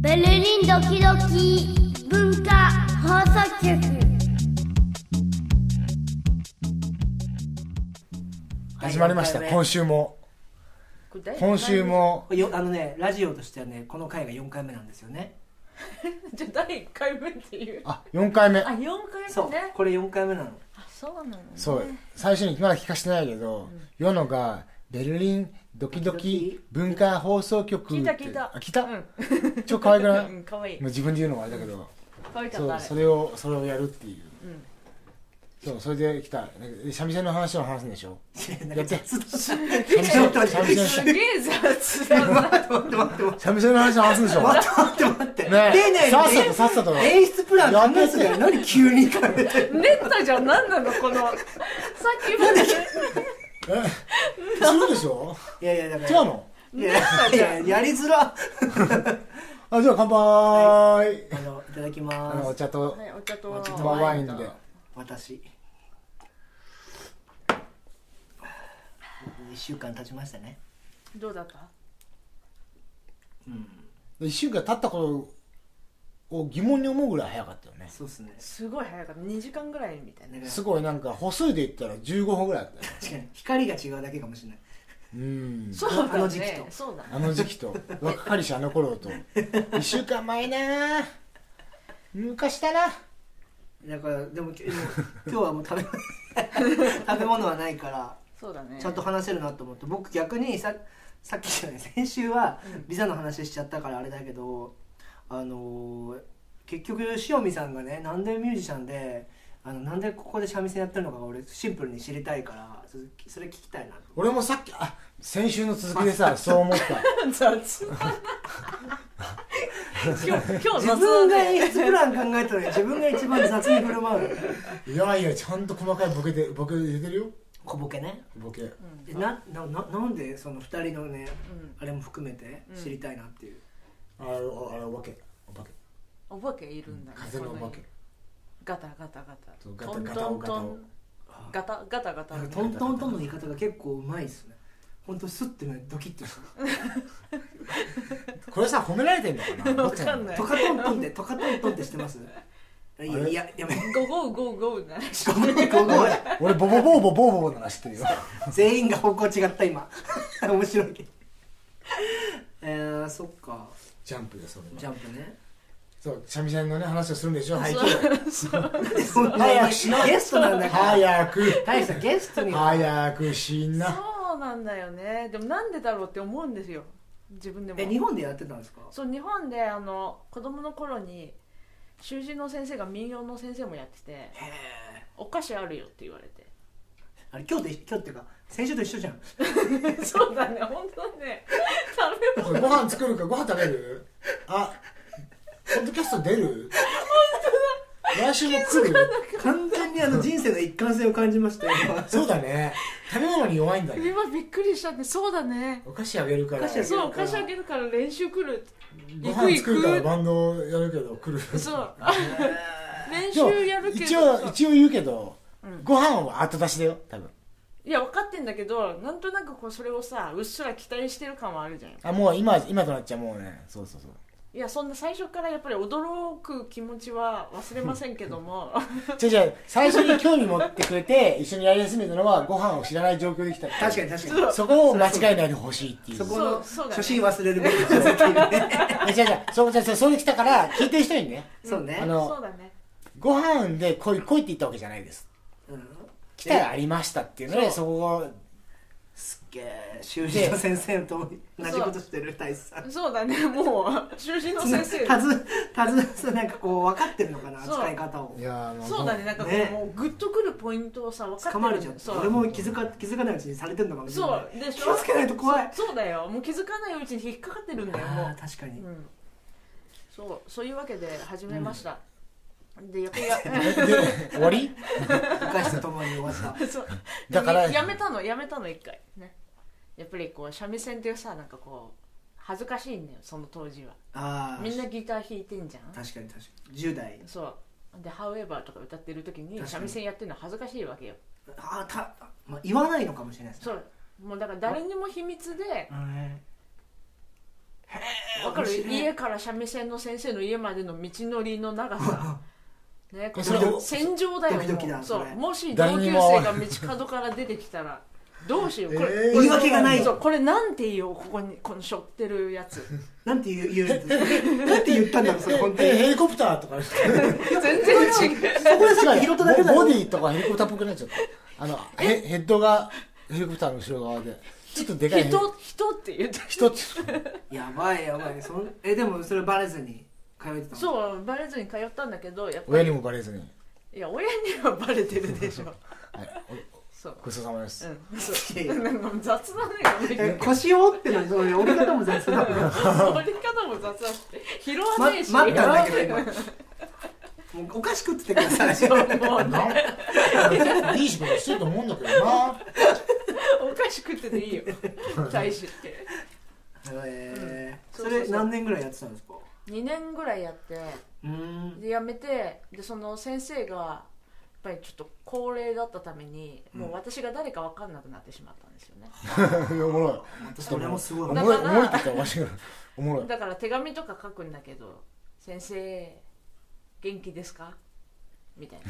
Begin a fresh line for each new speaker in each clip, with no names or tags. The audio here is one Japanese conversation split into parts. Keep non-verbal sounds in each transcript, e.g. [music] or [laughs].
ベルリンドキドキ文化放送局
始まりました
第四回目
今週も
これ第四回目
今週も
よあのねラジオとしてはねこの回が4回目なんですよね
[laughs] じゃあ第1回目っていう
あ
あ
4回目
四4
そ
回
う
目ね
これ4回目なの
あそうなのね
そう最初にまだ聞かしてないけど世のがベルリンドキドキ文化放送局
聞い
ったて
聞いた
あ聞いた
うん
超可愛くない
うん
も
かわいいう
自分で言うのもあれだけど
かわいか
そ
ったあ
う
れ
それをそれをやるっていう
うん
そうそれで来たで三味線の話を話すんでしょ
なんか雑だ
三味
ちょ
線
っと待
三
って
味線
すげえ雑
[laughs]
だな
待って待って待って
三味線の話を話すんでしょね
待って待って待って丁寧
え
に
さっさとさっさと
演出プラン考えすぎよ何急に考えて
練ったじゃん何なのこの [laughs] さっきまで [laughs]
えするでしょ
いやいやだ
違う
から
の
いやいややりづら
あじゃあ乾杯
あのいただき
あの
ま
お
す
茶と
はいお茶と
お茶と
ワインで
私1週間経ちましたね
どうだった
うん
1週間経ったことを疑問に思うぐらい早かったよね
そうっすね
すごい早かった2時間ぐらいみたいな
すごいなんか歩数で言ったら15歩ぐらいあったよ
確かに光が違うだけかもしれない
うん
そうだね
あの時期と
そうだね
あの時期 [laughs] と若かりしあの頃と1週間前な昔だな
だからでもきでも今日はもう食べ食べ物は [laughs] ないから
そうだね
ちゃんと話せるなと思って僕逆にささっきじゃない先週はビザの話しちゃったからあれだけどあのー結局塩見さんがねなんでミュージシャンであのなんでここで三味線やってるのかが俺シンプルに知りたいからそれそれ聞きたいなと
俺もさっきあ先週の続きで [laughs] さそう思った
雑だな今日今日雑
自分が
だね
演出プラン考えたのに自分が一番雑に振る舞う
いやいやちゃんと細かいボケでボケ出てるよ
小ボケね
ボケ
でななななんでその2人のね
うん
あれも含めて知りたいなっていう、
あれおあれお化けお化け
お化けいるんだね
風のお化
こ
け
世にガタガタガタ
そうガタ
トン
ガタ
トン
ガタ
トンガタガタガタ
なんかトントントンの言い方が結構うまいですね本当スッてねドキッとした
これさ褒められてんの [laughs] かな
わかんない
トカトントンってトカトントンってしてますいやいややめ
ゴゴゴゴな
ごめんごめん
俺ボボボーボボーボーボーなら知ってる [laughs] よ
全員が方向違った今 [laughs] 面白いけどえー、そっか
ジャンプでそれは
ジャンプね
そう三味線のね話をするんでしょ背景
そんな
早くしろ
ゲストなんだから
早
[laughs]
く
大したゲストに
早くしな
そうなんだよねでもなんでだろうって思うんですよ自分でも
え日本でやってたんですか
そう日本であの子供の頃に習字の先生が民謡の先生もやってて
へえ
「お菓子あるよ」って言われ
[laughs]
て
あれ今日で今日っていうか先週と一緒じゃん
そうだね本当だね食べ
ご飯作るかご飯食べるあポッドキャスト出る来週も来る
完全にあの人生の一貫性を感じま
[laughs]
したよ今
そうだね食べ物に弱いんだ
物
ね
今びっくりしちゃってそうだね
お菓子あげるから
お菓子あげる
そうお菓子あげるから練習来る
ご
行く
飯作るから
行
バンドやるけど来る
くそうあ練
でも
習やるけど
一応一応言うけど
うん
ご飯は後出しだよ多分
いや分かってんだけどなんとなくこうそれをさうっすら期待してる感はあるじゃん
あもう今今となっちゃもうねそうそうそう
いやそんな最初からやっぱり驚く気持ちは忘れませんけども
じゃじゃ最初に興味持ってくれて一緒にやり始めたのはご飯を知らない状況できた
確かに確か
そこを間違いないでほしいってい
にそ
う
こ
そう
の
そうだね
初心忘れるべき人絶対いる
[laughs]
ね
いや違う違うそうそうそうそれで来たから聞いてる人にね
そうね
あの
[laughs] そうだね
ご飯で来い来いって言ったわけじゃないです
うん
来たらありましたっていうので
そ
そこ
すっげえ修士の先生と同じことしてる大志さん
そうだねもう習字の先生
たずたずそうなんかこう分かってるのかな
そう
扱い方を
をいやー
そうだねなんかこ
ね
うもうグッとくるポイントをさ分かっ
捕
て
まれちゃって
そう
俺も気づか気づかないうちにされてるのかもしれ
そ
な
うで
い
し
気
ょ
をつけないと怖い
そうそうだよもう気づかないうちに引っかかってるんだよも
あ
う
ー確かに
うんそうそういうわけで始めました、でやっぱり
で終わり
お菓子とともに終わった
[laughs] そう
だから
やめたのやめたの一回ねやっぱりこう三味線ってさなんかこう恥ずかしいんだよその当時は
ああ
みんなギター弾いてんじゃん
確かに確かに10代
そうで「However」とか歌ってる時
確か
に
に
三味線やってるの恥ずかしいわけよ
ああた、まあ、言わないのかもしれないですね
そうもうだから誰にも秘密で
うん
わかる
面白い
家から三味線の先生の家までの道のりの長さねこ
それ
れ戦場だよ
ドキドキだ
もうそ
それ
うもし
誰
同
に
級
も
生が道角から出てきたらどうしようこ
え
れ、
ー
言い訳がない
そうこれなんて言おうここにこの背負ってるやつ
[laughs] なんて言う言うんです [laughs] なんて言ったんだろうそれ本当
え
に
ヘリコプターとか
全然違う
そこでさっき拾っただけだ
ボ
よ
ディとかヘリコプターっぽくなっちゃったあのヘヘッドがヘリコプターの後ろ側でちょっとでかいヘリ
人人って言って
人つ
やばいやばいそんえでもそれバレずに通えてたの
そうバレずに通ったんだけどやっぱ
親に
り
もバレずに、
いや親にはバレてるで
[laughs]
しょ
はい、
そう
おごちそうさまです、
うんそう
いやいや
なんか雑だ
え
ね
腰を折ってのそう折り方も雑だもん
折り方も雑だし拾わ
ま
ねえし、
待ったんだけど今もうおかしくってください
もうね
ないい仕事してると思うんだけどな
[laughs] お菓子食ってていいよ大使って
えー
うん
そ
そうそう
れ
そう
何年ぐらいやってたんですか
2年ぐらいやって
うーん
でやめてでその先生がやっぱりちょっと高齢だったためにもう私が誰か分かんなくなってしまったんですよね、
[laughs] おもろい
またそれもすご
お
い
も
だ
ろいおもろいっ
から
て言ったらわしがおもろい
だから手紙とか書くんだけど「先生元気ですか?」みたい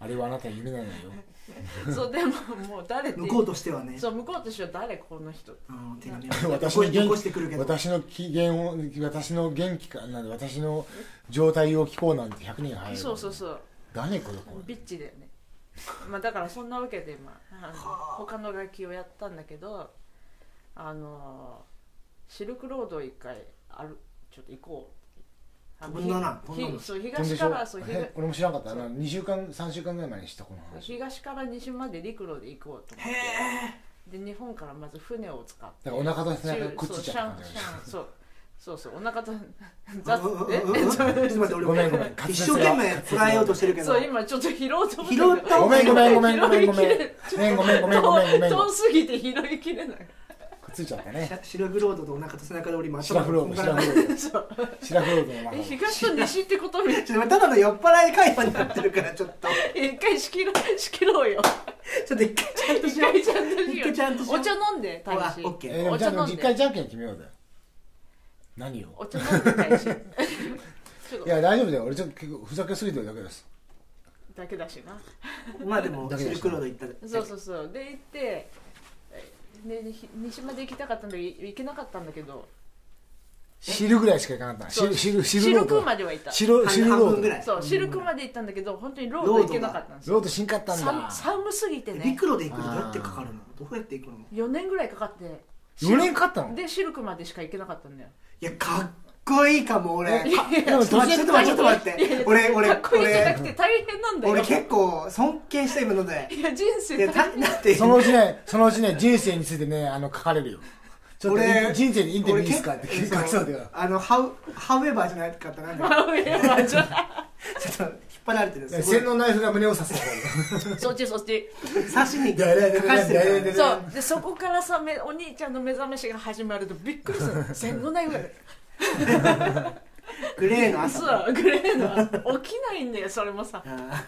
あれはあなたの夢なんだよ
な [laughs] そうでももう誰って
向こうとしてはね
そう向こうとしては誰この人
うん手紙を
私
ここ
の
に
元
残してくるけ
気
ど
私の機嫌を私の元気かなんで私の状態を聞こうなんて100人入る
そうそうそう
誰これこ
ビッチだよね、まあ、だからそんなわけで、まあ、あの他の楽器をやったんだけどあのシルクロードを一回あるちょっと行こうあの
飛んだな
ひ
飛んだな
そう
れ飛んで
東
し
か
ょ
らそう
え
東
俺も知らんかったあの2週間3週間ぐらい前にしたこの話
東から西まで陸路で行こうと思ってで日本からまず船を使って
だからお腹と背中
中
がくっついちゃった感
そうシャン
[laughs]
シャンそうそうそうお腹と
あ
雑
うんうん
え [laughs]
うんうんちょっと待って俺
ごめんごめん
一生懸命捉えようとしてるけど
そう今ちょっと拾おうと思
拾っ
ったた
ごめんごめんごめんごめんごめん
拾いきれ
ごめんごめんごめんごめんごめん
遠すぎて拾いきれない
くっついちゃった
シ
ね
ャシラフロードとお腹と背中で俺今
シラフロードシラ
[laughs]
フロー
そう
ドシラフロードの中
え東と西ってことみたいな
ちょっとただの酔っ払い会話になってるからちょっと
一回仕切ろう仕切ろうよ
ちょっと一回ちゃんとし
一
よう
回ちゃんとし
一
よう
回ちゃんとしよう
お茶飲んで
ほら
大使
オッケ
えー
ー
でもじゃあ
お茶飲んで
一回じゃんけん決めようぜ何を
お茶飲んで大
[laughs]
使ちょっ
い
と
や大丈夫だよ俺ちょっと結構ふざけすぎてるだけです
だけだしな
まあでも
だけ
シ
でした
ルクロード行ったら
そうそうそうで行ってで西西まで行きたかったんだけど行けなかったんだけど
汁ぐらいしかいかなかった
そう
汁汁
シ
汁
ル
ロー
ク
ド
までは行った
汁汁
半
ロ
分ぐ
ー
らい
そうシルクまで行ったんだけど本当にロード行けなかったんです
ド
よ
ロードしんかったん
さ
だ
寒すぎてね
陸路で行くとどうやってかかるのどうやって行くの
4年ぐらいかかって
4年かかったの
でシルクまでしか行けなかったんだよ
いやかっこいいかも俺
え
か
でも
ちょっと
途
待
中
ってちょっと待ってちょっと待って俺俺
かっこいいじゃな
俺
くて大変なんだよ
俺結構尊敬してるので
いや人生
いや
大
た
変
だって
そのうちねそのうちね人生についてねあの書かれるよちょっと
俺
人生にインタビューいいですかっ
俺
て
結
結
構
構そうだよ
あのハウハウエバーじゃなかったなんだ
真上はじゃ
ちょっと引っ張られてるす
洗
ごい
脳ナイフが胸を刺す方
あそっちそっち
刺しにかかしてるから
そうでそこからさめお兄ちゃんの目覚めしが始まるとびっくりする洗脳ないぐらい
グレーの朝
そうグレーの起きないんだよそれもさ
あ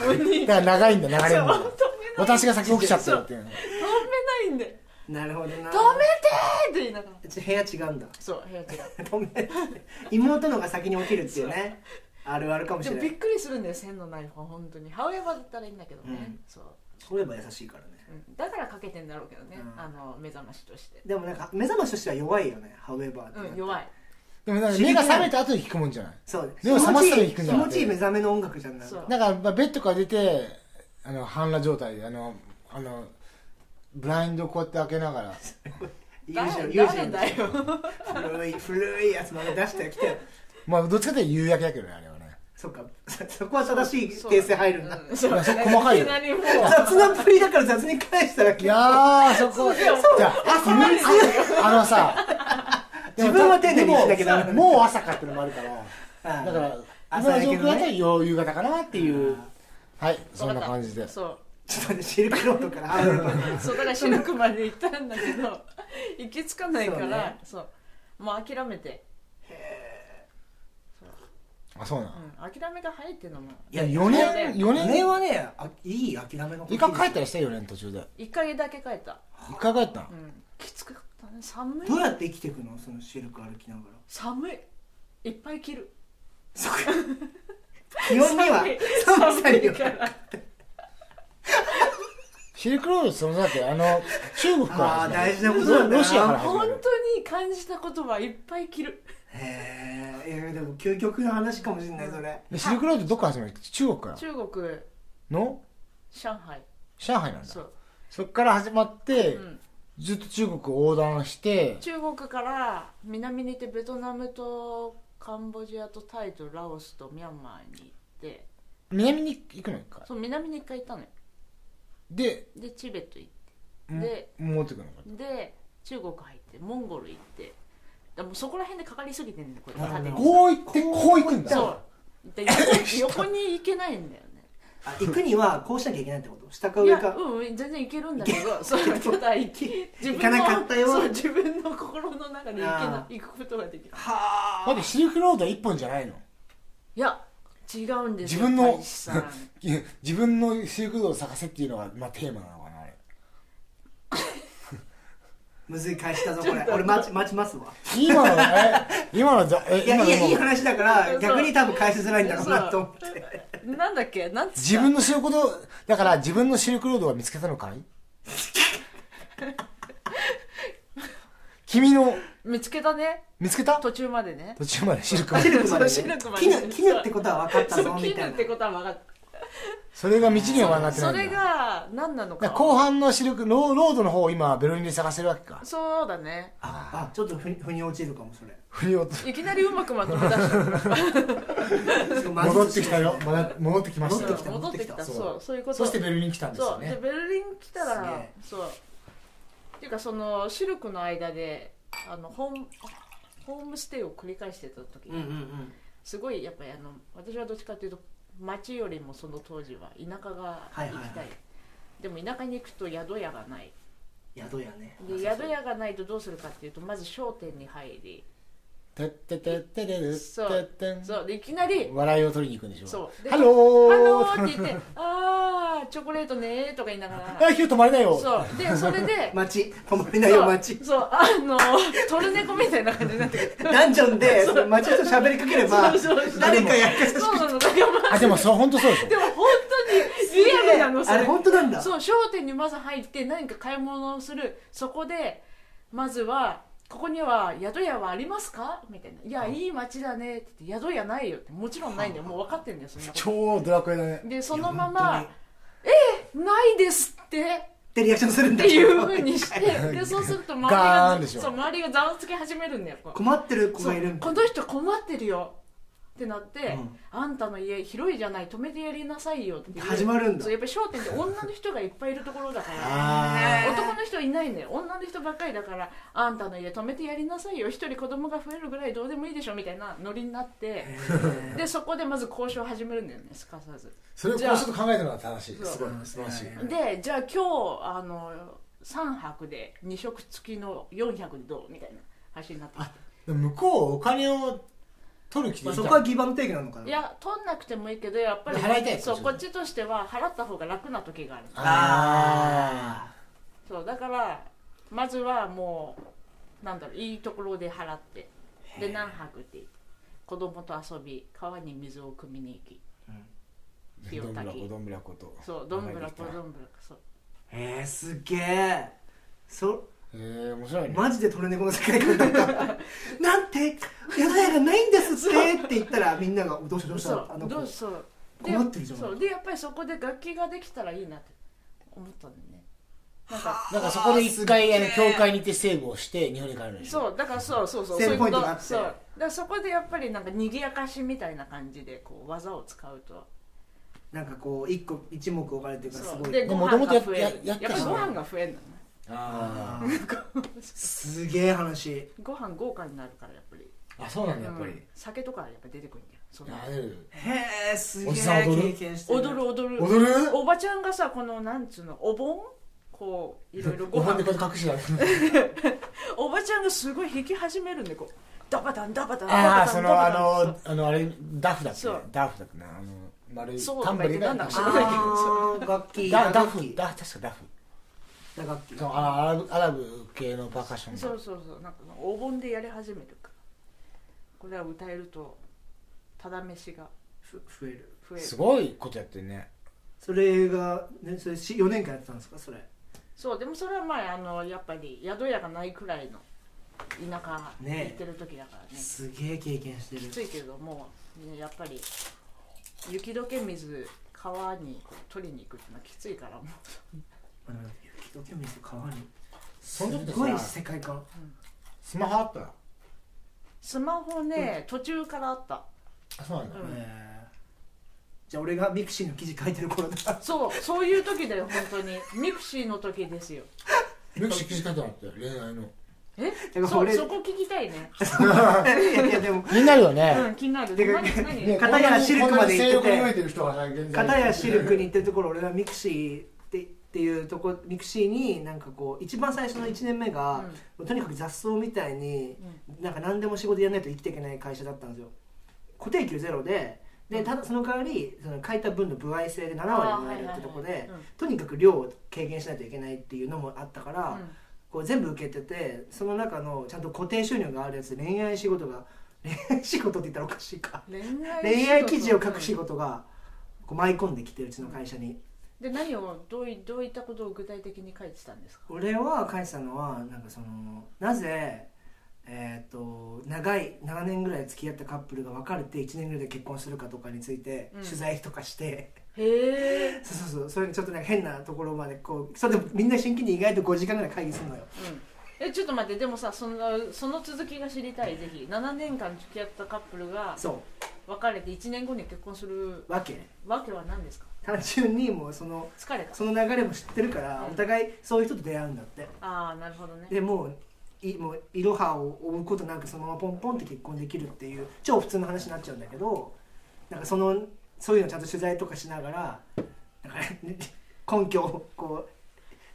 ー
お兄ち
だから長いんだ流れ
ゃ
る
ん
の
止
が
めない
私が先起きちゃってるっていう
止めないんだよ
なるほどな
止めてーって言いながら
うち部屋違うんだ
そう部屋違う
止め妹のが先に起きるっていうねあるあるかもし
で
れ
も
な
びっ
い
くりするんだよ線のない方本当に母親はだったらいいんだけどね、
うん
そう、
ハウエバー優しいからね
うん、だからかけてんだろうけどね、
うん
あの目覚ましとして、
でもなんか目覚ましとしては弱いよねハウエバーってね
うん、弱い
でもなんか目が覚めた後に聞くもんじゃない
そう
目を覚ますために聞くん
気
じゃな
持
くて
ちいい目覚めの音楽じゃんない
そう
だからまあベッドから出てあの半裸状態であのあのブラインドをこうやって開けながら
ユージの
誰
ユージ
誰
の
だよ
古い古いやつまで出してき
[laughs]
て
まあどっちかというと夕焼けだけどねあれはね
そっかそそこは正しい訂正入るんだ
そう
いやそこ細かいよ
きなりもう
雑なプリだから雑に返したら
い
結構
やーそこ
そうだよ
じゃあ朝まであのさ
自分は丁寧にしなきゃダメ
でももう朝かってのもあるから
あー
だから
朝
今の
焼
状
けの
況だと
ね
夕方かなっていう
あ
はいそんな感じで
そう
ちょっと待ってシルクロードからハウエ
[laughs]
バー
そうだからシルクまで行ったんだけど行き着かないから
そ
そうう,、
ね
もう諦めて、
あそうな
うんん、諦めが早いっていうのも
いや
4
そうだよ
年4
4
年
年はねあいい諦めの
一回帰った
よ
りした4年途中で
一回だけ帰った
一回帰ったの
うん、きつかったね寒い
どうやって生きていくのそのシルク歩きながら
寒いいっぱい着る
そ
[laughs]
っか気温には
寒い
[laughs] 寒さ
寒
に
い
は
から
シルクロードってそのだってあの中国から
あー大
始
事
ま
な
る
ことなんだな
ロシアから始ま
本
る
当に感じたことはいっぱい着る
へえいやでも究極の話かもしれないそれ
でシルクロードどこから始まる中国から
中国
の
上海
上海なんだ
そう、
そっから始まって、
うん、
ずっと中国を横断して
中国から南に行ってベトナムとカンボジアとタイとラオスとミャンマーに行って
南に行くの一回
そう南に一回行ったのよ
で
でチベット行っ
も
で
戻ってくるのか
てで中国入ってモンゴル行ってだからもうそこら辺でかかりすぎてんねこれ
なるほど
縦に
こう行ってこう行くんだ
そうで横に横に行けないんだよね
あ行くにはこうしなきゃいけないってこと下か
い
上
や
か
うんうん全然行けるんだけどそうただ行き自
行かなかったよ
そう自分の心の中で行け
あ
ない行くことができない
は
だってシルクロードは一本じゃないの
いや違うんです
自
よ
分の
大志さん
[laughs] いや自分のシルクロードを探せっていうのが、まあ、テーマなのかなあ
[laughs]
れ
むずい返したぞこれ俺待ち待ちますわ
今のえ今のざえ
いや
今
い
の
やいい
もう
話だから逆に多分返しづらいんだろうなと思って
なんだっけなんつった
自分のシルクロードだから自分のシルクロードは見つけたの
[laughs]
かい君の
見つけたね
見つけた
途中までね
途中までシルクロ
シ
ード
ルクまで
そうシルクまで
絹絹ってことは分かった
そう
ぞみ
絹
た
っ
いな
てことは分かっ
それが道にはまだな
た
ってない
そ
んだ
れが何な
だ
のか
から後半のシルクローロードの方を今ベルリンで探してるわけか
そうだね
ああちょっとふにふに落ちるかもそれ
振り落と
いきなりうまくまとめたし
戻ってきたよまだ戻ってきました
戻って
よ
きた
戻ってきた
そう
そうそういうこと
そしてベルリン来たんです
そ
よ
うで
ね
ベルリン来た
すげ
ら
え
そうっていうかそのシルクの間であのホームホームステイを繰り返してた時
うんうんうん
すごいやっぱりあの私はどっちかというと町よりもその当時は田舎が行きたい,、
はいはいはい
でも田舎に行くと宿屋がない
宿屋ね
で宿屋がないとどうするかっていうとまず商店に入り
てってってってれる
そう
てってん
そうでいきなり
笑いを取りに行くんでしょ
そうで
ハロ
「ハ
ー
ロー」って言って「あーチョコレートねー」とか言いながら
あ火止まれないよ
そうでそれで
街止まれないよ
そう
街
そうあのトルネコみたいな感じになって
[laughs]
くる
ダンジョンでその街の人喋りかければ
そうそうそう
誰かやっか
そうなのだから
あでもそう本当そうでしょ
でも本当にリアルなのそ
あれ
れ
本当なんだ
そう商店にまず入って何か買い物をするそこでまずは「ここには宿屋はありますか?」みたいな「いやいい街だね」って言って「宿屋ないよ」ってもちろんないんだよもう分かってんだよそんなこ
超ドラクエだね
とでその
いや
ま
本
ま
当に
「ないです」
[laughs]
って
ってリアクションするん
っ
だ
ていうふうにしてでそうすると周り
ガーン
が
でしょ
そう周りがざわつき始めるんだよこう
困ってる子
そ
がいる
うんこ
だ
の人困ってるよってなって、
うん
あんたの家広いじゃない止めてやりなさいよっていう
始まるんだ
そうやっぱり商店って女の人がいっぱいいるところだか
あ
ら
ー
男の人いないんだよ女の人ばっかりだからあんたの家止めてやりなさいよ一人子供が増えるぐらいどうでもいいでしょみたいなノリになってでそこでまず交渉を始めるんだよねすかさず
それをこうちょっと考えたのは正しい
そう
すごい素晴らしい
うん
でじゃあ今日あの3泊で2食付きの400でどうみたいな話になってきて
でも向こうお金を取る気で
まあ
い
そ
た
こはギブアンドテイクなのかない
や取んなくてもいいけどやっぱり
払いたい
そう
こ
こ
っ
っちとしては払った方が楽な時がある
あ
あ
そうだからまずはもうなんだろういいところで払ってで何泊って言って子供と遊び川に水を汲みに行き
ー
火を
どんぶら
焚
こ
き
どんぶらこと
そうどんぶらこどんぶらこそう
ーへえすげえそ
えー面白いね
マジでトルネコの世界観だった
[laughs]
なんて宿屋がないんですってって言ったらみんながどうしたどうし
そ
た
う
あの
どう
子
そう
困ってるじゃん
そうでやっぱりそこで楽器ができたらいいなって思ったんだよねなんか
なんかそこで一回あの教会に行ってセーブをして日本に帰るんでしょ
そうだからそうそうそう
セー
そう
ブポ
いう
イ
こ
ント
と
があって
そうだからそこでやっぱりなんか賑やかしみたいな感じでこう技を使うと
なんかこう一個一目置かれてるからす
そ
ご
う
い
で
で
ご
も
飯
元々や
が
っ
増える
や
や
や
っ
っ
ぱ
て
り
たの
ご飯が増えるんだね
あー
すげえ話
ご飯豪華になるからやっぱり
あそうなんだやっぱ
う
り
ん酒とかやっぱ出てくるんだよその
あ出る
へえすげえ
おじさん踊る
経験して
踊る踊る
踊る
おばちゃんがさこのなんつうのお盆こういろいろ
[laughs]
ご
ご飯
飯
でこうやって隠してやる
[laughs] おばちゃんがすごい弾き始めるんでこうダバダンダバダンダバ
あ
ダ
あ
ン
そ
ダ
の
バ
あ
ダン
のあのあれダフだっけ
そう
ダフだっけなあの丸い
そう
タンブリンが
なんだ
ダ
知らないけど
あー楽器
ダダ
楽
フ
器
ダ確かダフ
打楽器
そのアラブアラブ系のパーカッション
そ
が
うそうそうなんかお盆でやり始めるからこれは歌えるとただ飯が
ふ増える
増え
す
る
ごいことやってるね
それが、ね、それし4年間やってたんですかそれ
そうでもそれはまああのやっぱり宿屋がないくらいの田舎に
ねえ
行ってる時だからね
すげえ経験して
きつ
る
いけどもう、ねやっぱり雪解け水川にこう取りに行くってのはきついからもう
あの雪解け水川に
その時
す
って
ごい
さ
世界観
スマホあったら
スマホね、途中からあった
あそうなんだ、
うん
えーじゃあ俺がミクシーの記事書いてる頃
[laughs]
だ
そうそういう時だよ本当にミクシーの時ですよ
ミクシー記事書いてもらって恋愛の
え
だから
そ
俺
うそこ聞きたいね
いやいやでも
気になるよ
う
ね、
ん気になる
てか
何何
ね
片やシルクまで行ってて
こんなにこんなに精力に飢えてる人がさ現在
片やシルクに行ってるところ俺はミクシーってっていうとこミクシーになんかこう一番最初の1年目が、とにかく雑草みたいに、なんか何でも仕事やらないと生きていけない会社だったんですよ固定給ゼロででただその代わりその書いた分の歩合制で7割もらえるってとこ
あーはいはい
で
はいうん
とにかく量を軽減しないといけないっていうのもあったから、
うん
こう全部受けててその中のちゃんと固定収入があるやつ恋愛仕事が [laughs] 恋愛仕事って言ったらおかしいか
恋愛
恋愛記事を書く仕
事
事がこう舞い込んできてうちの会社に、
で何をどういどういったことを具体的に書いてたんですか
俺は書いてたのはなんかそのなぜえー、と長い7年ぐらい付き合ったカップルが別れて1年ぐらいで結婚するかとかについて
うん
取材とかして、 [laughs]
へえ
そうそうそうそれにちょっとなんか変なところまでこうそれでもみんな真剣に意外と5時間ぐらい会議するのよ
えちょっと待ってでもさそのその続きが知りたいぜひ7年間付き合ったカップルが
そ
別れて1年後に結婚する
うわけ
わけは何ですか
単純にもうその
疲れた
その流れも知ってるから
うん
お互いそういう人と出会うんだって
ああなるほどね
でもういもういろはを追うことなくそのままポンポンって結婚できるっていう超普通の話になっちゃうんだけどなんかそのそういうのちゃんと取材とかしながらなんか、ね、根拠をこう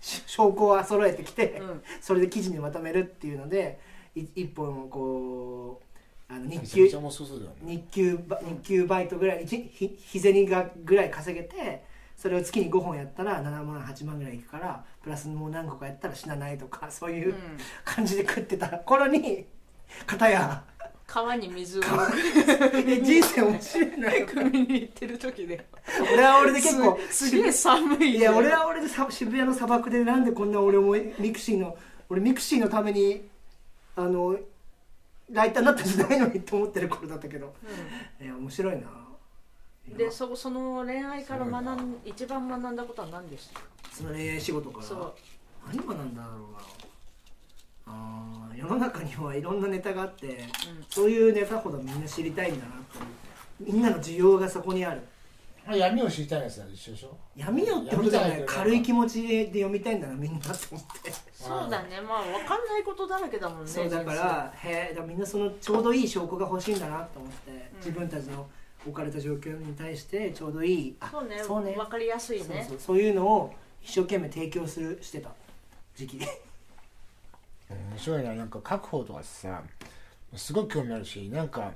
し証拠は揃えてきて、
うん
それで記事にまとめるっていうのでい一本こうあの日
め
給
ちゃめちゃ面白そうだよね
日給ば日給バイトぐらいひひ日銭がぐらい稼げてそれを月に5本やったら7万8万ぐらいいくからプラスもう何個かやったら死なないとかそういうう感じで食ってた頃に片や
川に水を
で人生面白いな
汲みに行ってる時で
俺は俺で結構
すすげえ寒いね
いや俺は俺でさ渋谷の砂漠でなんでこんな俺もミクシーの俺ミクシーのためにあのライターになったんじゃないのにと思ってる頃だったけど、いや面白いな
でそその恋愛から学ん一番学んだことは何でした
その恋愛仕事から
そう
何がなんだろうなあー世の中にはいろんなネタがあって、そういうネタほどみんな知りたいんだなって思ってみんなの需要がそこにある
あ闇を知りたいのやつだと一緒でしょ
闇よってことじゃない
闇じゃない
軽い気持ちで読みたいんだなみんなって思って
そうだねまあ分かんないことだらけだもんね
そうだか
人生
らへえだからみんなそのちょうどいい証拠が欲しいんだなと思って、自分たちの置かれた状況に対してちょうどいいあ
そうね
そうね
分かりやすいね
そうそうそういうのを一生懸命提供するしてた時期 [laughs]
面白いななんか書く方とかさすごく興味あるしなんか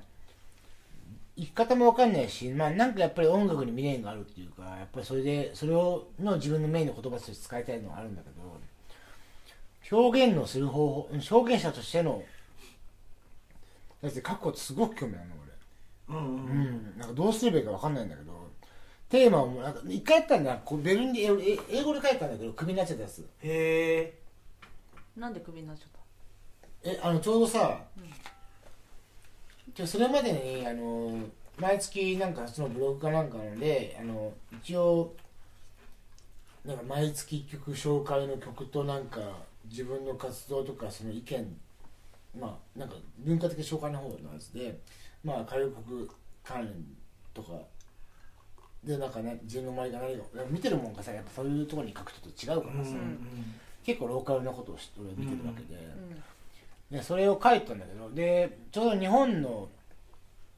生き方もわかんないし、まあ、なんかやっぱり音楽に未練があるっていうかやっぱりそれでそれをの自分のメインの言葉として使いたいのはあるんだけど表現のする方法表現者としてのだって書くことすごく興味あるの
うんうん、
俺うんなんかどうすればいいかわかんないんだけどテーマをもうなんか一回やったんだこうベルンでえ英語で書いたんだけどクビになっちゃったやつ
へえ
なんでクビになっちゃった
えあのちょうどさ、じゃあそれまでにあの毎月なんかそのブログかなんかなのであの一応なんか毎月一曲紹介の曲となんか自分の活動とかその意見まあなんか文化的紹介の方のやつでまあ歌謡曲関連とかでなんかね自分の周りが何か見てるもんがさやっぱそういうところに書くと違う
う
か
んう
らさ、
ん
結構ローカルなことを知って俺は見てるわけで。
うん
でそれを書いたんだけどでちょうど日本の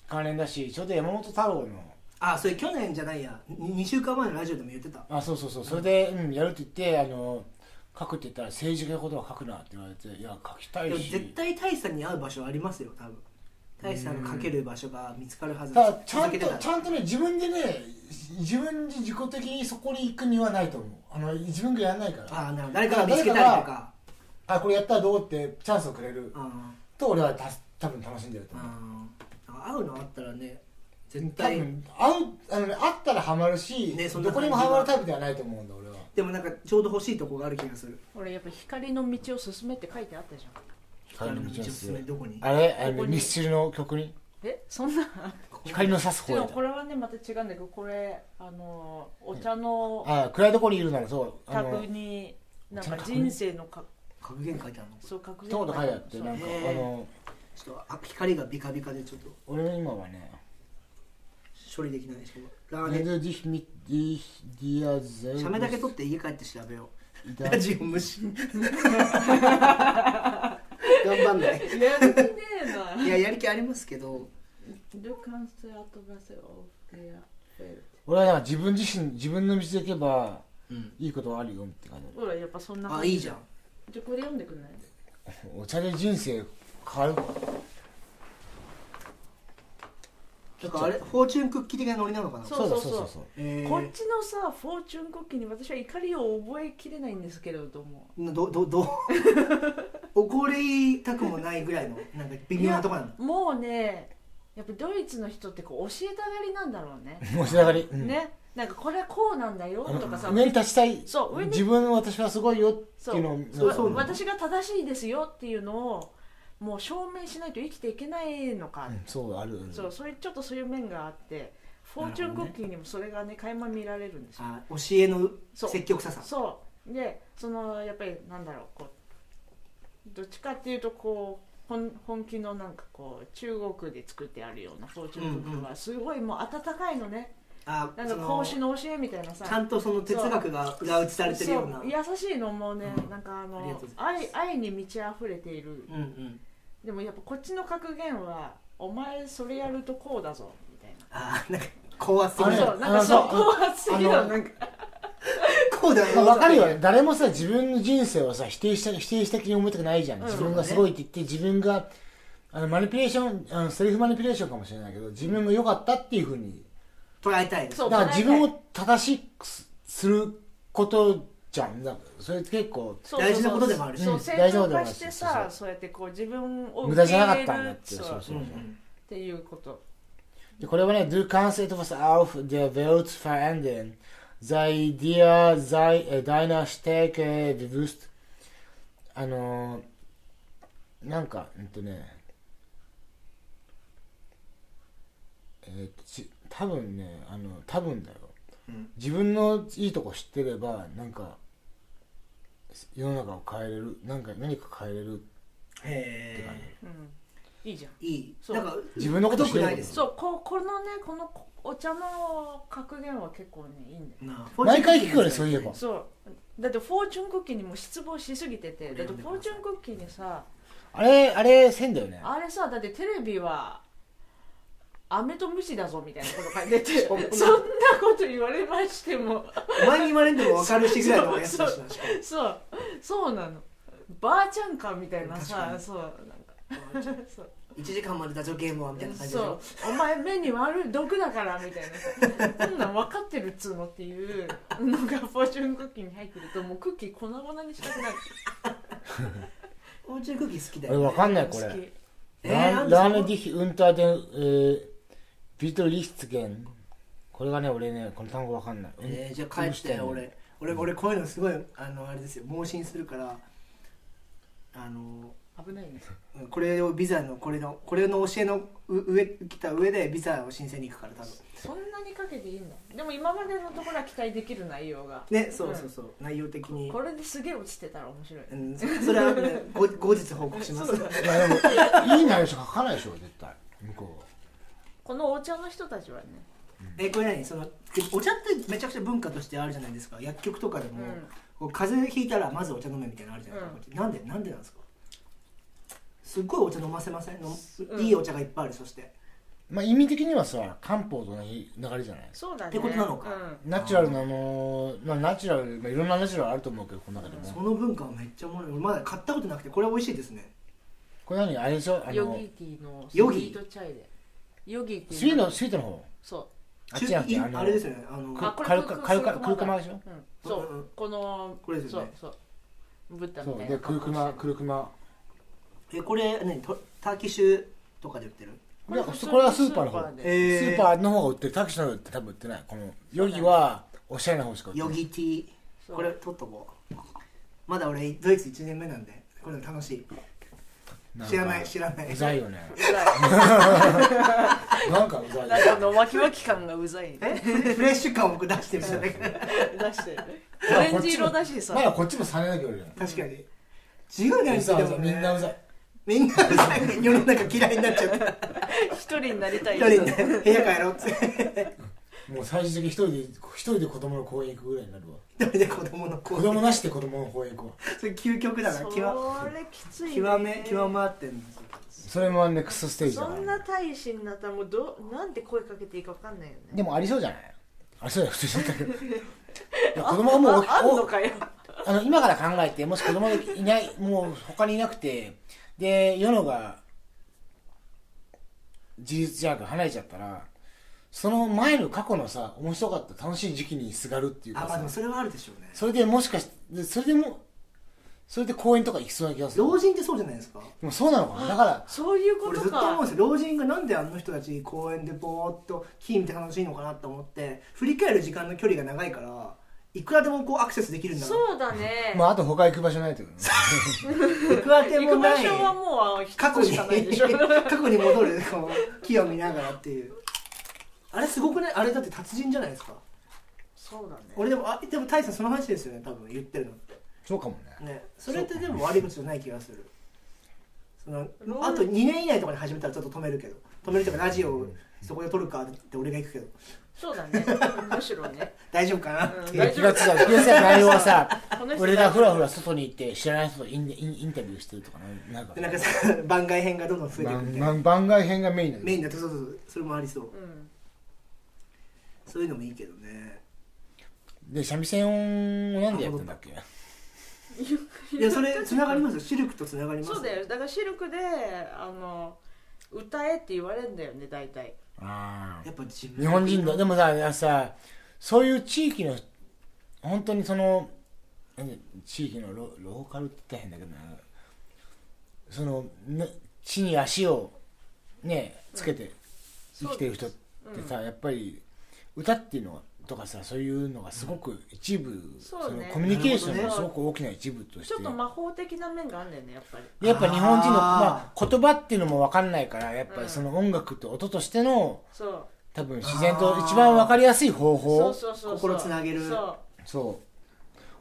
関連だしちょうど山本太郎の
あそれ去年じゃないや2週間前のラジオでも言ってた
あそうそうそうそれで、うん、やるって言ってあの書くって言ったら政治家のことは書くなって言われていや書きた
で
い
も
し
絶対大さんに会う場所ありますよ多分大志さんのかける場所が見つかるはず
ただちゃ
続
ん
けて
と
たら
ちゃんとね自分でね自分で自己的にそこに行くにはないと思うあの自分がやらないから
ああなるほど誰かが見つけたりと
誰
か
あこれやったらどうってチャンスをくれる
あ
と俺はた多分楽しんでると思う
あ合うのあったらね絶対
多分合うあの、ね、あったらハマるし、
ねそんな
どこにも
感じ
ハ
は
マるタイプではないと思うんだ俺は
でもなんかちょうど欲しいとこがある気がする
俺やっぱ光の道を進めって書いてあったじゃん
光の道を進めどこに
あれあ
こ
れ
こに
ミスチルの曲に
えそんな
光の差す
[laughs] で
方
も
や
これはねまた違うんだけどこれあのお茶の
あ暗いところにいるならそうあの
卓になんか
お茶の卓に
人生のか
格言書いてあるの
そう格
一言書いてあってなんか
そうね
あの
ちょっとあ光がビカビカでちょっと
俺の今はね
処理できないでしょラーメ
全
ン
然ディヒミディヒディアゼウス
写メだけ撮って家帰って調べよ
イ
う
タ
ラジオ無 [laughs] 視頑張んない
やる気ねえない
ややる気ありますけど
Du kannst ja Autograf auf der Welt
俺はなんか自分自身自分の道で行けば
うん
いいことはあるよって感じ
ほらやっぱそんな
あいいじゃん
じゃあこれ読んでくんない
お茶で人生変わる
だからあれフォーチュンクッキー的なノリなのかな
そうそうそう
そうだそう
えー
こっちのさフォーチュンクッキーに私は怒りを覚えきれないんですけれども
などど
[laughs]
どう怒りたくもないぐらいのなんか微妙なとこなの
もうねやっぱドイツの人ってこう教えたがりなんだろうね、
そう申し上がり、うん
ねなんかこれはこうなんだよとかさ、
上に立ちたい
そう上に
自分私はすごいよって
そ
いううのを
そう
なんか
そう
わ私が正しいですよっていうのをもう証明しないと生きていけないのか、
うんそうある
そうそういうちょっとそういう面があってフォーチュンクッキーにもそれがね垣間見られるんですよ
あ教えの
そう
積極ささ
そうでそのやっぱりなんだろうこうどっちかっていうとこう本本気のなんかこう中国で作ってあるようなフォーチュンクッキー
うんう
はすごいもう温かいのね、
あ
な
そ
ん
の
か孔子の教えみたいなさ
ちゃんとその哲学が裏打ちされてるような
そう優しいのもね、
うん
なんかあの
ありがとうございます
愛愛に満ち溢れている
うんうん
でもやっぱこっちの格言は「お前それやるとこうだぞ」みたいな。
あーなんか高圧的
あれ
そ
な
うなんか
あ
そ
の
こはすぎる
あの
なんか
こうだ
まあ
よ
わかるよね誰もさ自分の人生をさ否定した否定した気に思いたくないじゃん、
うん
自分がすごいって言って自分があのマニピュレーションあのセルフマニピュレーションかもしれないけど自分が良かったっていうふうに
捉えたいです
そう
だから自分を正しくすすることじゃんだからそれって結構
そう
大事なことでもあるし
そう
うん
正
大事なこと
当
でもあ
化
るし
して
そう
さ
そう
そうやってこう自分を
無駄じゃなかったんだって
そう
そう
っ
そううん
うん
ていうこと
でこれはね Du kannst etwas auf der Welt verändern sei dir sei äh, deiner Stärke bewusst あのーなんかうんとねえー、とち多分ねあの多分だよ、
うん
自分のいいとこ知ってればなんか世の中を変えれるなんか何か変えれるって感
へ
じ、
うんいいじゃん
えいい
そう
なんか
自分のこと
太くないです
知れ
そうここのねこのお茶の格言は結構ねいいんだよ
なあ
毎回聞くよねそういえば
そうだってフォーチュンクッキーにも失望しすぎててだってフォーチュンクッキーにさ
あれあれせんだよね
あれさだってテレビは飴と虫だぞみたいなこと書いてて
そ
そ
ん
ん
な
なこと言われましても
お前に言われんでも分かるしぐらいのやつだしなしか
そうそうなのばあちゃんかみたいな
確か
さ
に
そうなんか
も
そう
1時間までダチョウゲームはみたいな感じでし
そ
ょ
うお前目に悪い毒だからみたいなさそんなん分かってるっつうのっていうのがフォーチュンクッキーに入ってるともうクッキー粉々にしたくなる
おうちの空気好きだ
俺
よ
わかんないこ
好
れ
き
えーな
Lern-
んでそこ
Lerne dich unter den äh, Widerlichsten これがね俺ねこの単語わかんない、
えー、じゃあ
ど
帰
う
っ
してんの
俺俺俺こういうのすごいあのあれですよ盲信するからあの
危ないね
うんこれをビザのこれのこれの教えのう上来た上でビザを申請に行くから多分
そんなにかけていいんだでも今までのところは期待できる内容が
ねそうそうそう、内容的に
これですげえ落ちてたら面白い
うん、そそれは、ね、後後日報告します
そうだ
いやでもいい内容しか書かないでしょ絶対向こ
このお茶の人たちはね
えこれ何そのお茶ってめちゃくちゃ文化としてあるじゃないですか薬局とかで
う
も、
ん
こう風邪ひいたらまずお茶飲めみたいなのあるじゃないですか、こっちなんでなんでなんですかすっごいお茶飲ませませんの、
うん
いいお茶がいっぱいあるそして
うまあ意味的にはさ漢方と同じ流れじゃない
そうだね
ってことなのか
うん
ナチュラルなあのまあナチュラル、まあ、いろんなナチュラルあると思うけどこの中で
そ
も
の文化はめっちゃおもろい俺まだ買ったことなくてこれ美味しいですね
これ何あれでしょあ
ヨ
の
ギティのスイ
ヨギ
ートチャイでヨギって
スイートスイートの方
そ
あっちじゃなくて
あれですよねあの
う
か
あこれ
カルカカルカ
クルク
クルクマ
マだ
でしょ
うんそ
うんうん
うこの
これですよね
そうそうブッダ
そ
み
う
たい
で
な
クルクマクルクマ
えこれ何とターキッシュとかで売ってる
こ
こ
れ
れ
これはスーパーの方
スーパーで
スー
ー
パーの方が売ってるタクシーの方が売って多分売ってないこのヨギはおしゃれな方しか売ってな
ヨ
い
ギティ
そう
これ取っとこうまだ俺ドイツ1年目なんでこれ楽しい
んか
知らない知らないう
ざいよ
[laughs]
ね
うざい
なんかうざい
なんかあのワキワキ感がうざい
えフレッシュ感を僕出してみただけ
出してるねオレンジ色だしさ
まだこっちも3年だけどね
確かに違うね
うざい
で
うざ
も
い
ね
みんなうざい
みんなうざい世の中嫌いになっちゃ
[laughs]
った
一人になりたい
一人で部屋帰ろうっつって
もう最終的に一人で一人で子供の公園行くぐらいになるわ
一人で子供の
子
子
供なしで子供の公園行くわ
それ究極だな
そ
極
れきついね
極め極まってんの
それもネクストステージだ
そ
から
んな大使になったらもうどうなんて声かけていいかわかんないよね
でもありそうじゃないありそうだよ普通に言
[laughs]
ったけどいや子供はもう
ああん
お
のかよ
あの今から考えてもし子供がいないもう他にいなくてで世のが自立じゃなく離れちゃったらその前の過去のさ面白かった楽しい時期にすがるっていう
あ
か
まあ
さ
でもそれはあるでしょうね
それでもしかしてそれでもそれで公園とか行きそうな気がする
老人ってそうじゃないですか
でもそうなのかなだから
そういうこ
俺
と
ずっと思うん
か
ですよ老人がなんであの人たち公園でぼーっと木見て楽しいのかなと思って振り返る時間の距離が長いからいくらでもこうアクセスできるんだろ
そうだね、
まああと他行く場所ないっ
[laughs]
てことね
ういくらで
行
も
く場
ない
所はもう一
過去
つ
に
しかないでしょ
過去に戻るこう木を見ながらっていうあれすごくないあれだって達人じゃないですか
そうだね
俺でもあでも大さんその話ですよね多分言ってるのって
そうかもね
ねそれってでも悪いことじゃない気がするその
ロー
あと2年以内とかに始めたらちょっと止めるけど止めるとかラジオをそこで撮るかって俺が行くけど
そうだねむしろね、
大丈夫かな
[laughs]
うん、
いや
大
気
丈
が
夫
ついた気がついた内容はさ
この人
俺がふらふら外に行って知らない人とインインインタビューしてるとかななんか
でなんかさ [laughs] 番外編がどんどん増えていくみたいな、
番番外編がメインなん
メイン
で
だとそうそうそうそれもありそう
うん
そういうのもいいけどね
で三味線をなんでやってんだっけ
いやそれつながりますよシルクとつながります
そうだよだからシルクであの歌えって言われるんだよね大体
あ
やっぱ自分
日本人のでもさいやさそういう地域の本当にそのなん地域のロローカルって言ったら変だけどなそのね地に足をねつけて生きてる人ってさ、やっぱり歌っていうのとかさそういうのがすごく一部、
そうね
のコミュニケーシ
な
ョン
る
の
ほ
す
どね
ごく大きな一部として
ちょっと魔法的な面があるんだよねやっぱり
でやっぱ日本人の
あ
まあ、言葉っていうのも分かんないからやっぱ
うん
りその音楽と音としての
そう
多分自然と一番分かりやすい方法
そうそうそうそう
心つなげる
そう
そう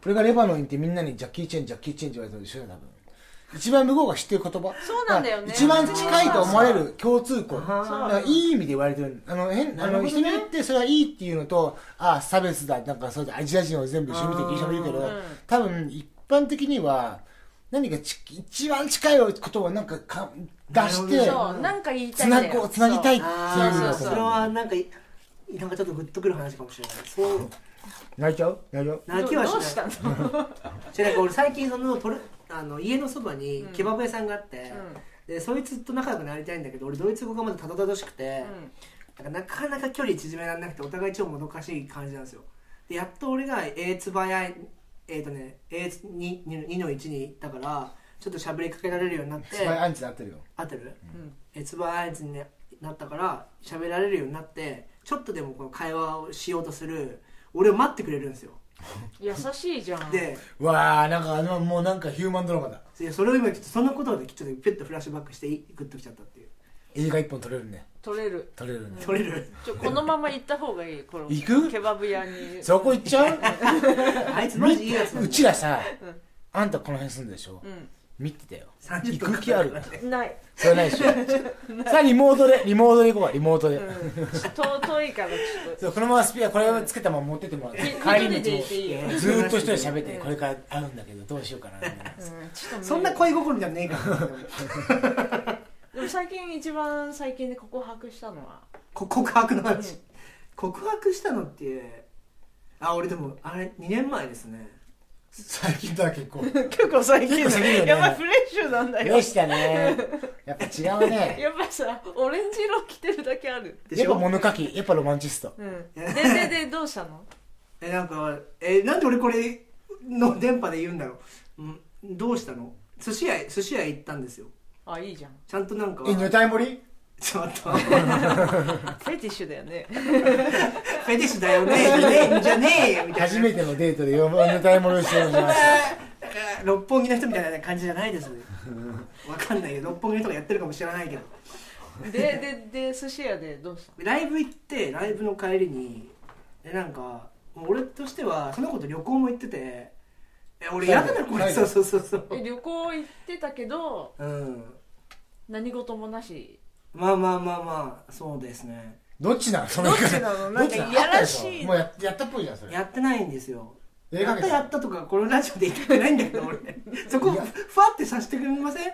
俺がレバノン行ってみんなにジャッキー・チェンジャッキー・チェンって言われたのと一緒だよ多分一番向こうが知ってる言葉
そうなんだよね
一番近いと思われる共通項だ
あー
そう
からいい意味で言われてるあの変あ
なる
の、
ほどね
人によってそれはいいっていうのとああ差別だなんかそうだアジア人を全部一緒に見てる人もいるけど、
うん
多分一般的には何かち一番近い言葉をなんかか出して
なるほど
そうなんか言いた
つ
いん
な
だ
ご
よ
つなぎたいっていう
あ
そう
あ
そうそう
それはなんかいなんかちょっとグッとくる話かもしれないそう
泣いちゃう泣いちゃう
そう
泣きは
どう
し
し
な
た
い
の
じゃなんか俺最近そのポルあの家のそばにケバブ屋さんがあって、でそいつと仲良くなりたいんだけど俺ドイツ語がまだたどたどしくて、なんかなかなか距離縮められなくてお互い超もどかしい感じなんですよでやっと俺が A つばやえっ、とね A2 の1に行ったからちょっと喋りかけられるようになって
スパイアンチで合ってるよ
合ってる
うんうん
えつばあいつになったから喋られるようになってちょっとでもこの会話をしようとする俺を待ってくれるんですよ
優しいじゃん
で
わあなんかあのもうなんかヒューマンドラマだ
でそれを今ちょっとそのことでちょっとピュッとフラッシュバックしていグッときちゃったっていう
映画一本撮れるね
取れる
撮れるね
取れ [laughs] る
ちょこのまま行った方がいいこの
行く
ケバブ屋に
そこ行っちゃう
あいつマジいいやつなんだ
うちらさ、あんたこの辺住んでるでしょ、
う
見てたよ
30
行
分
く気ある
んない
それないでしょさあリモートでリモートで行こうかリモートで、
うんちょ遠遠いからちょっと
そうこのままスピアこれをつけたまま持ってってもらって帰り
一人
道
で
も
行っていいよ
ずーっと一人で喋って
うん
これから会うんだけどどうしようかなみたいな
うんちょっと無理
そんな恋心じゃねえからでも
でも最近一番最近で告白したのは
[laughs] こ告白の話
う
告白したのってあ俺でもあれ2年前ですね
最近だ結構
結構最近
結構最近だよね
やっぱりフレッシュなんだよ
でしたねやっぱ違うね
やっぱさオレンジ色着てるだけある
で
や
し
っぱ
ょ
物書きやっぱロマンチスト
うんでででどうしたの
えなんかえなんで俺これの電波で言うんだろう、うん、どうしたの寿司屋寿司屋行ったんですよ
あいいじゃん
ちゃんとなんか
え女体盛り
ちょっとフ
フェティッシュだよね
ェティッシュだよねいねんじゃねえよみたいな
初めてのデートで女体盛りをしてるのに
えー六本木の人みたいな感じじゃないですわかんないけど六本木の人がやってるかもしれないけど
ででで寿司屋でどうした
ライブ行ってライブの帰りにでなんかもう俺としてはその子と旅行も行っててえ俺嫌だなこ
は
れ
い
そうそうそうそう
のえ旅行行ってたけど
うん
何事もなし
まあまあまあまあそうですね
どっちなのそ
ど
の
っ
言い方
ちなのなんかい
どっち
やらしい
もうややったっぽいじゃんそれ
やってないんですよ
映
や
画
っ
け
たやったとかこのラジオで言ってないんだけど
[laughs]
俺そこふふわってさせてくれません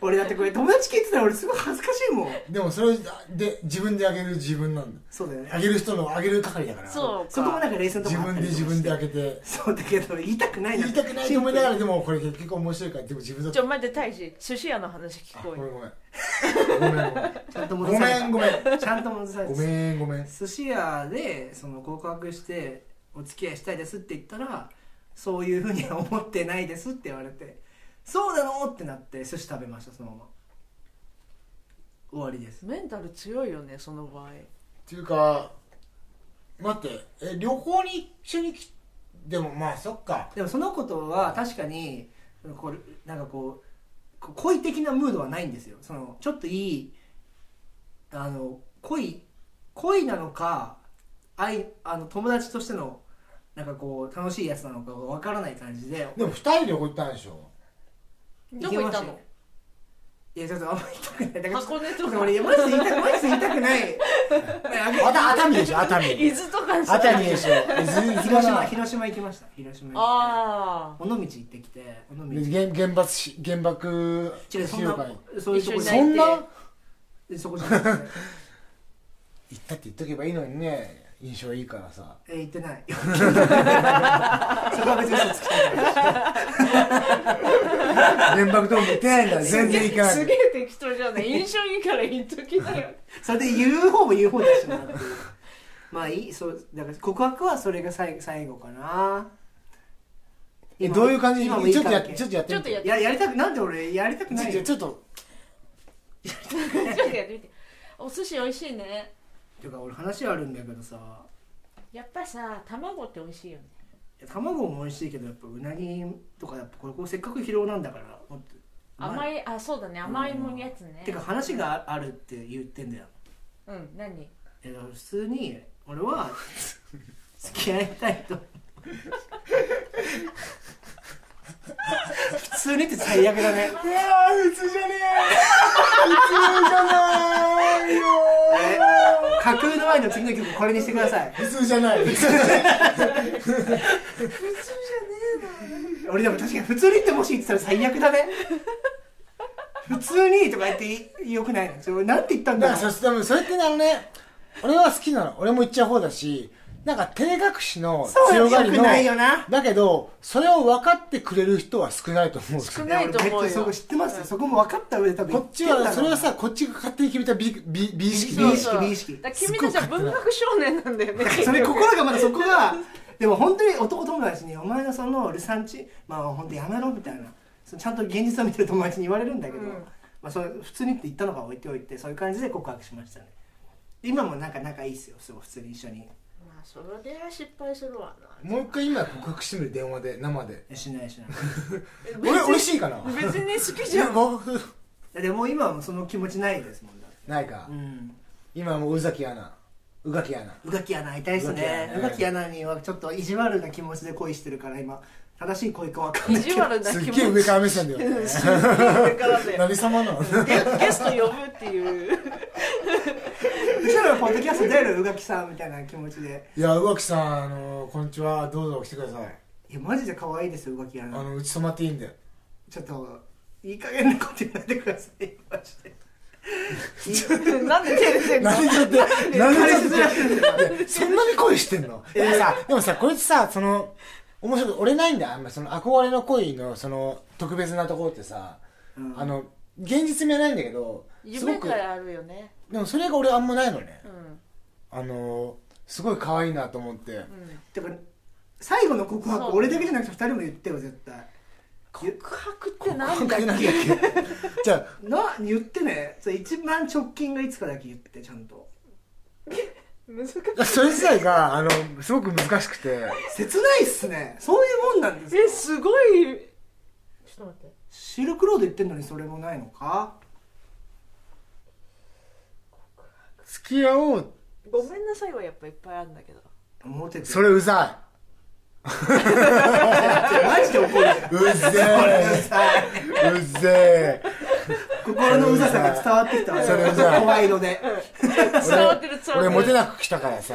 俺だってこれ友達聞いてたら俺すごい恥ずかしいもん
でもそれで自分であげる自分なんだ
そうだよ
あ
ね
げる人のあげる係だから
そうか
そこもなんか冷静なとこ
自
あった
分
り
で自
とか
分
して
であげて
そうだけど言いたくない
言いたくないと思いなが
シ
らでもこれ結局面白いからでも自分だ
ちょ待って大使寿司屋の話聞
ご
こ
め
うんよ
ごめんごめん
ンプルちゃんと
ご
戻された
めんごめん
ちゃんと戻された
ごめんごめん
寿司屋でその告白してお付き合いしたいですって言ったらそういうふうには思ってないですって言われてそうなのってなって寿司食べましたそのまま終わりです
メンタル強いよねその場
っ
合
ていうか待ってえ旅行に一緒に来でもまあそっか
でもそのことは確かにこれなんかこうこう恋的なムードはないんですよそのちょっといいあの恋恋なのか愛あの友達としてのなんかこう楽しいやつなのかがわからない感じで
でも二人で旅行行ったんでしょ
どこ行ったの
いやちょっとあんまり言いたくないだからちょっ
箱根
と
とか
俺マジで言いたくマジで言いたくないねあげ
また熱海でし
[laughs]
ょ熱
伊
海
豆とかさ
熱海でしょ伊豆行きま
広
しょ
島
う
広島行きました広島行って
あ
尾道行ってきて尾道違
原原爆し原爆
うそ
資
ん
料
な
館
そういうとこ
一緒
じゃ
そ
に泣いて
んな
でそこじゃなくて
行ったって言っとけばいいのにね印象いいからさ
えー行ってない [laughs] そこは別に嘘つきたくない
原爆ドーム行ってないんだ
あ
全然行かな
す
い
げえ適当じゃ
[laughs]
ない印象いいから言っときなよ
それで言う方も言う方だしなっていう [laughs] まあいいそうだから告白はそれが最最後かな
えどういう感じ
今もいい
ちょっとや
関係
ちょっとやってみ
ちょっとやってて
ややりたくなんで俺やりたくない
ちょ
よ
っとちょっと
ちょっとやってみてお寿司美味しいね
てか俺話あるんだけどさ
やっぱさ卵って美味しいよね
いや卵も美味しいけどやっぱうなぎとかやっぱこれこうせっかく疲労なんだからもっと
甘いあそうだね甘いも
うん
んやつね
てか話がああるって言ってんだよ
うん何
えだから普通に俺は付き合いたいと [laughs] 普通にって最悪だね
いやー普通じゃねえ普通じゃないよ
え架空の前の次の曲これにしてください
ー普通じゃない普通じゃない
俺でも確かに普通にってもし言ってたら最悪だね普通にとか言ってよくないのちょなんて言ったん
だ
だ
から
ろう
さすがにそれってねあのね俺は好きなの俺も言っちゃう方だしなんか照れ隠しの
そうよ
強がり
よ
の
くないよな
だけどそれを分かってくれる人は少ないと思う
少ないと思う
俺絶
よ
対そこ知ってますよそこも分かった上で多分
こ
言
ってち
んだろう
は
な
それはさこっちが勝手に決めた美美美意識
美
で
意識美意識
だから君たちは文学少年なんだよね
それ心がまだそこがでも本当に男友達に「お前のそのルサンチまあ本当やめろ」みたいなそのちゃんと現実を見てる友達に言われるんだけど、
うん
まあ、それ普通にって言ったのか置いておいてそういう感じで告白しましたね今もなんか仲いいっすよすごい普通に一緒に
まあそれは失敗するわな
もう一回今告白してみる電話で生で
えしないしない
俺嬉しいかな
別に好き
い
じゃ
や
ん
告白
だってもう今はもうその気持ちないですもんだって
[laughs] ないか
うん
今もう宇崎アナ宇垣アナ
宇垣アナ会いたいっすね
宇
宇
垣
垣アナにはちょっと意地悪な気持ちで恋してるから今正しい恋か分かん
意
ないけ
地
ど
悪な
す
気
っ
持
げえ上
ち
から目線だよ
[laughs]
ね
すっげえ上からだよ
何様なの
ゲスト呼ぶっていう
[laughs]
うちらのポッドキャスト出る宇垣さんみたいな気持ちで
いや宇垣さんあのこんにちはどうぞ来てください
いやマジで可愛いですよ浮気や
あ
な
のうち泊まっていいんで
ちょっといい加減なこと言わないでくださ
[laughs]
いマジで
なんで照れてんの
何ちょっと何
彼
ちょ
氏
っ
ずらしてるんですよ
とそんなに恋してんのでもさでもさこいつさその面白い俺ないんだあんまその憧れの恋のその特別なところってさ、
うん
あの現実味はないんだけどすご
夢
く
からあるよね
でもそれが俺あんまないのね
うん
あのすごい可愛いなと思って
うん
てか最後の告
そ
白
う
俺だけじゃなくて二人も言ってよ絶対
告白ってなんだっけ
なんだっけじゃあ
な言ってねそれ一番直近がいつかだけ言ってちゃんと
難しい
それ自体があのすごく難しくて
切ないっすねそういうもんなんですよ
えすごいちょっと待って
シルクロード言ってんのにそれもないのか
付き合おう
ごめんなさいはやっぱいっぱいあるんだけど
思ってて
それうざ
マジで怒るじゃん
いうぜえうぜえ
心のうざさが伝わってきたわ
それうざい
怖いので
伝わってる伝わって
俺
る
モテなく来たからさ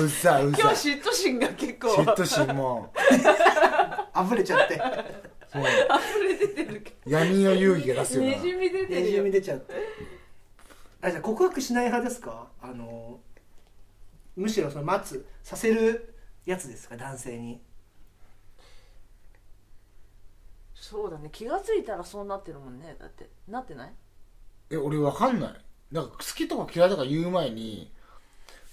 うっさいうっさ
今日嫉妬心が結構
嫉妬心も
溢れちゃって
そう
溢れ出てるけ
闇の遊戯が出す
ど
よう
にじみ出て
ね
る
じ
よ
み出ちゃってあじゃあ告白しない派ですかあのむしろその待つさせるやつですか男性に
そうだね気がついたらそうなってるもんねだってなってない
え俺わかんないだから好きとか嫌いとか言う前に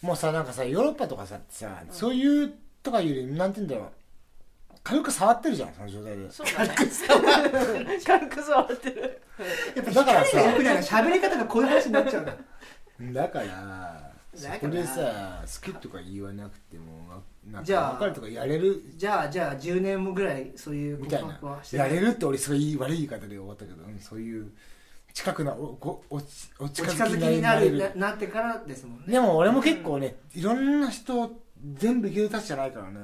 もうさなんかさヨーロッパとかささ、そういうとかよりなんて言うんだろう軽く触ってるじゃんその状態で
そうだね [laughs] 軽く触ってる
だからさ
よくないな喋り方がこういう話になっちゃうの
だからそ
だから
こでさ好きとか言わなくてもなん
じゃあ
か別れとかやれる
じゃあじゃあ10年もぐらいそういう
み
告
たい
白
な
はして
やれるって俺すごい悪い言い方で終わったけど、うんそういう近くなおごおちお
お
近
近づ
づ
き
き
に
に
な
なれ
るな
る
なってからですもんね
でも俺も結構ねいろんな人全部いけるたちじゃないからね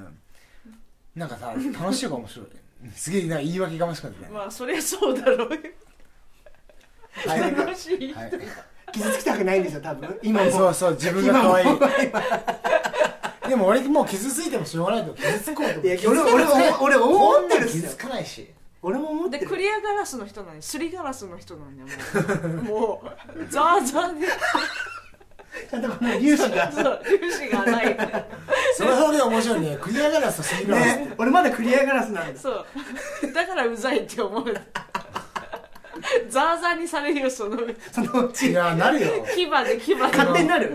なんかさ楽しいが面白いすげえな言い訳がましくなってね、
まあそりゃそうだろうよ
はい
楽しい
はい
傷つきたくないんですよ多分今も
そうそう自分が可愛いでも俺もう傷ついてもしょうがないと傷つこうと思
いや俺俺俺俺思ってるっすよ
こんなん傷つかないし
俺も思って
で
る
クリアガラスの人なのにすりガラスの人なのにもうもうザーザーで
ちゃんとこの粒子が
そう粒子がない
その表現面白いねクリアガラスとシーガラス
ね俺まだクリアガラスなんです
そうだからうざいって思うザーザーにされるよその
そのう
い
ち
やなるよ
牙で牙で
勝手になる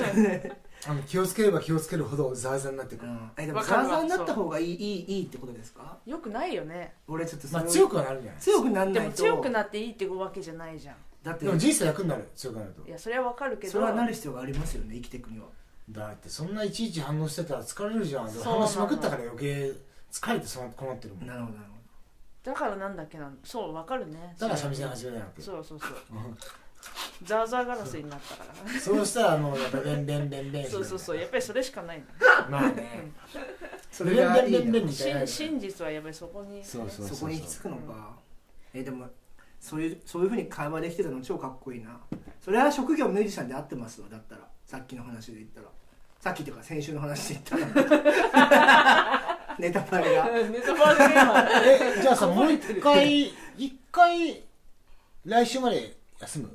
あの気をつければ気をつけるほどザーザーになってくる、
えでも
わか
ザ
るわ
ーザーになった方がいいいいいいってことですか
よくないよね
俺ちょっとそ
ま
れ
あ
を
強くはなるんじゃない
強くなん
で
ない
も
と
強くなっていいってわけじゃないじゃん
だって
でも人生楽になる強くなると
いやそれはわかるけど
それはなる必要がありますよね生きていくには
だってそんないちいち反応してたら疲れるじゃん
そうなの
反応しまくったから余計疲れてその困ってるもんだ
なるほどなる
だからなんだっけなのそうわかるね
から三味線始めたんだ
そうそうそうザーザーガラスになったから
けどそうしたらもうやっぱベンベンベンベン
そうそうそううやっぱりそれしかないの
まあね
そ
ベ
れ
ン
がい
ベンベ
い
ン
な
ベンみたいな
真真実はやっぱりそこに
そうそう
そこに行き着
そう
くのかえでもそういうそういうふうに会話できてたの超かっこいいなそれは職業ミュージシャンで合ってますわだったらさっきの話で言ったらさっきっていうか先週の話で言ったらネタバレが
ネタバレが
えじゃあさもう一回一回来週まで休む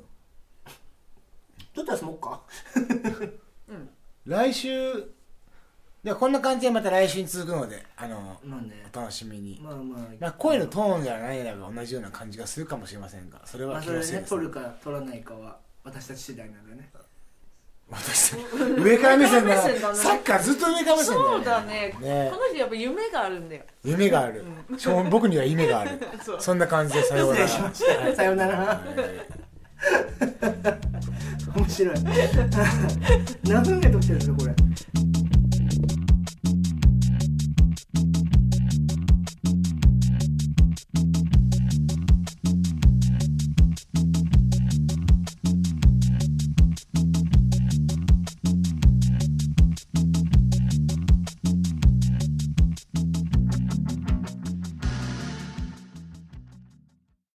ちょっと休もうか
来週ではこんな感じでまた来週に続くのであの
まあね
お楽しみに
まあまあ
まあ、声のトーンではないなら同じような感じがするかもしれませんがそれ
ま
は
あ
気
それ
の
ね
せいです、
取るか取らないかは私たち次第なんでね
私上から目線
上
だ
から目線だね
サッカーずっと上から目線だよ
そうだね
ね
この人やっぱ夢があるんだよ
夢がある、しょう僕には夢がある
[laughs] そう
そんな感じでさようなら
失礼しました
はい
さようなら
はい
[laughs] 面白い何分ぐらい撮ってるんですかこれ